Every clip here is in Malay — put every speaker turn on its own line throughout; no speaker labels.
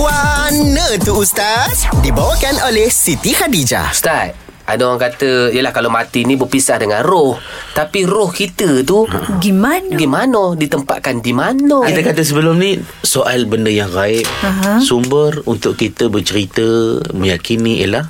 Guana tu Ustaz Dibawakan oleh Siti Khadijah
Ustaz ada orang kata Yelah kalau mati ni Berpisah dengan roh Tapi roh kita tu
Gimana?
Gimana Ditempatkan di mana
Kita kata sebelum ni soal benda yang gaib.
Aha.
Sumber untuk kita bercerita meyakini ialah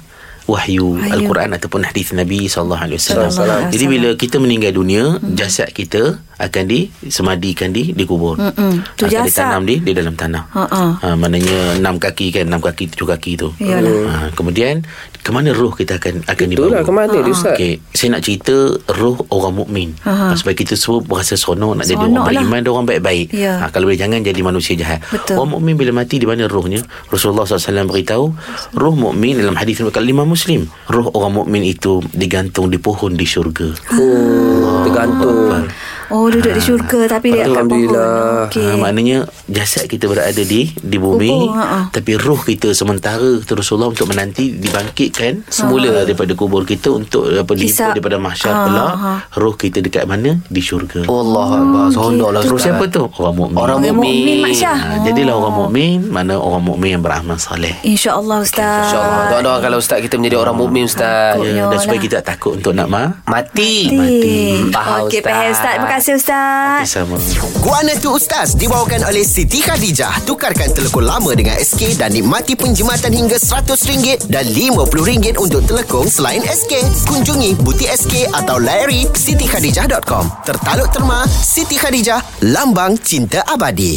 wahyu Al-Quran ataupun hadis Nabi sallallahu alaihi
Sallallahu alaihi
wasallam.
wasallam. Hmm.
Jadi bila kita meninggal dunia, jasad kita akan disemadikan di dikubur.
Mm-mm. Hmm, Tu
akan
jasad.
ditanam di di dalam tanah.
Ha-ha.
Ha, maknanya enam kaki kan, enam kaki tujuh kaki tu.
Iyalah.
Ha, kemudian ke mana roh kita akan akan dibawa?
Itulah ke mana dia Ustaz okay.
Okey, saya nak cerita roh orang mukmin. Ha.
Aha.
Sebab kita semua berasa seronok nak jadi
Seronok
orang
lah.
beriman, dia orang baik-baik.
Ya.
Ha, kalau boleh jangan jadi manusia jahat.
Betul.
Orang mukmin bila mati di mana rohnya? Rasulullah SAW beritahu, roh mukmin dalam hadis yang lima Muslim, roh orang mukmin itu digantung di pohon di syurga.
Oh Tergantung
Oh duduk di syurga Tapi dia akan pohon
Alhamdulillah. Ah,
Okey.
Ha, maknanya jasad kita berada di di bumi
Kubur, ha, ha-ha.
tapi roh kita sementara kata Rasulullah untuk menanti dibangkitkan semula daripada kubur kita untuk apa
Ha, Hisap.
dihibur daripada mahsyar
Ha,
pula
ha.
roh kita dekat mana di syurga.
Allah Akbar Seronok lah
Roh
Ustaz
siapa tu? Orang mukmin.
Orang
Orang mukmin
mukmin Ah,
Mak Syah
Ha, jadilah orang mukmin mana orang mukmin yang beramal soleh.
InsyaAllah Ustaz
InsyaAllah Doa-doa kalau Ustaz Kita menjadi orang mukmin Ustaz
Takut.
Ya,
Iyalah.
dan supaya kita tak takut untuk nak ma.
Mati
Mati
Faham
Okey
Ustaz.
Pak Ustaz Terima kasih Ustaz
Sama.
Guana tu Ustaz Dibawakan oleh Siti Khadijah Tukarkan telekong lama dengan SK Dan nikmati penjimatan hingga RM100 Dan RM50 untuk telekong selain SK Kunjungi butik SK atau layari sitikhadijah.com Tertaluk terma Siti Khadijah Lambang Cinta Abadi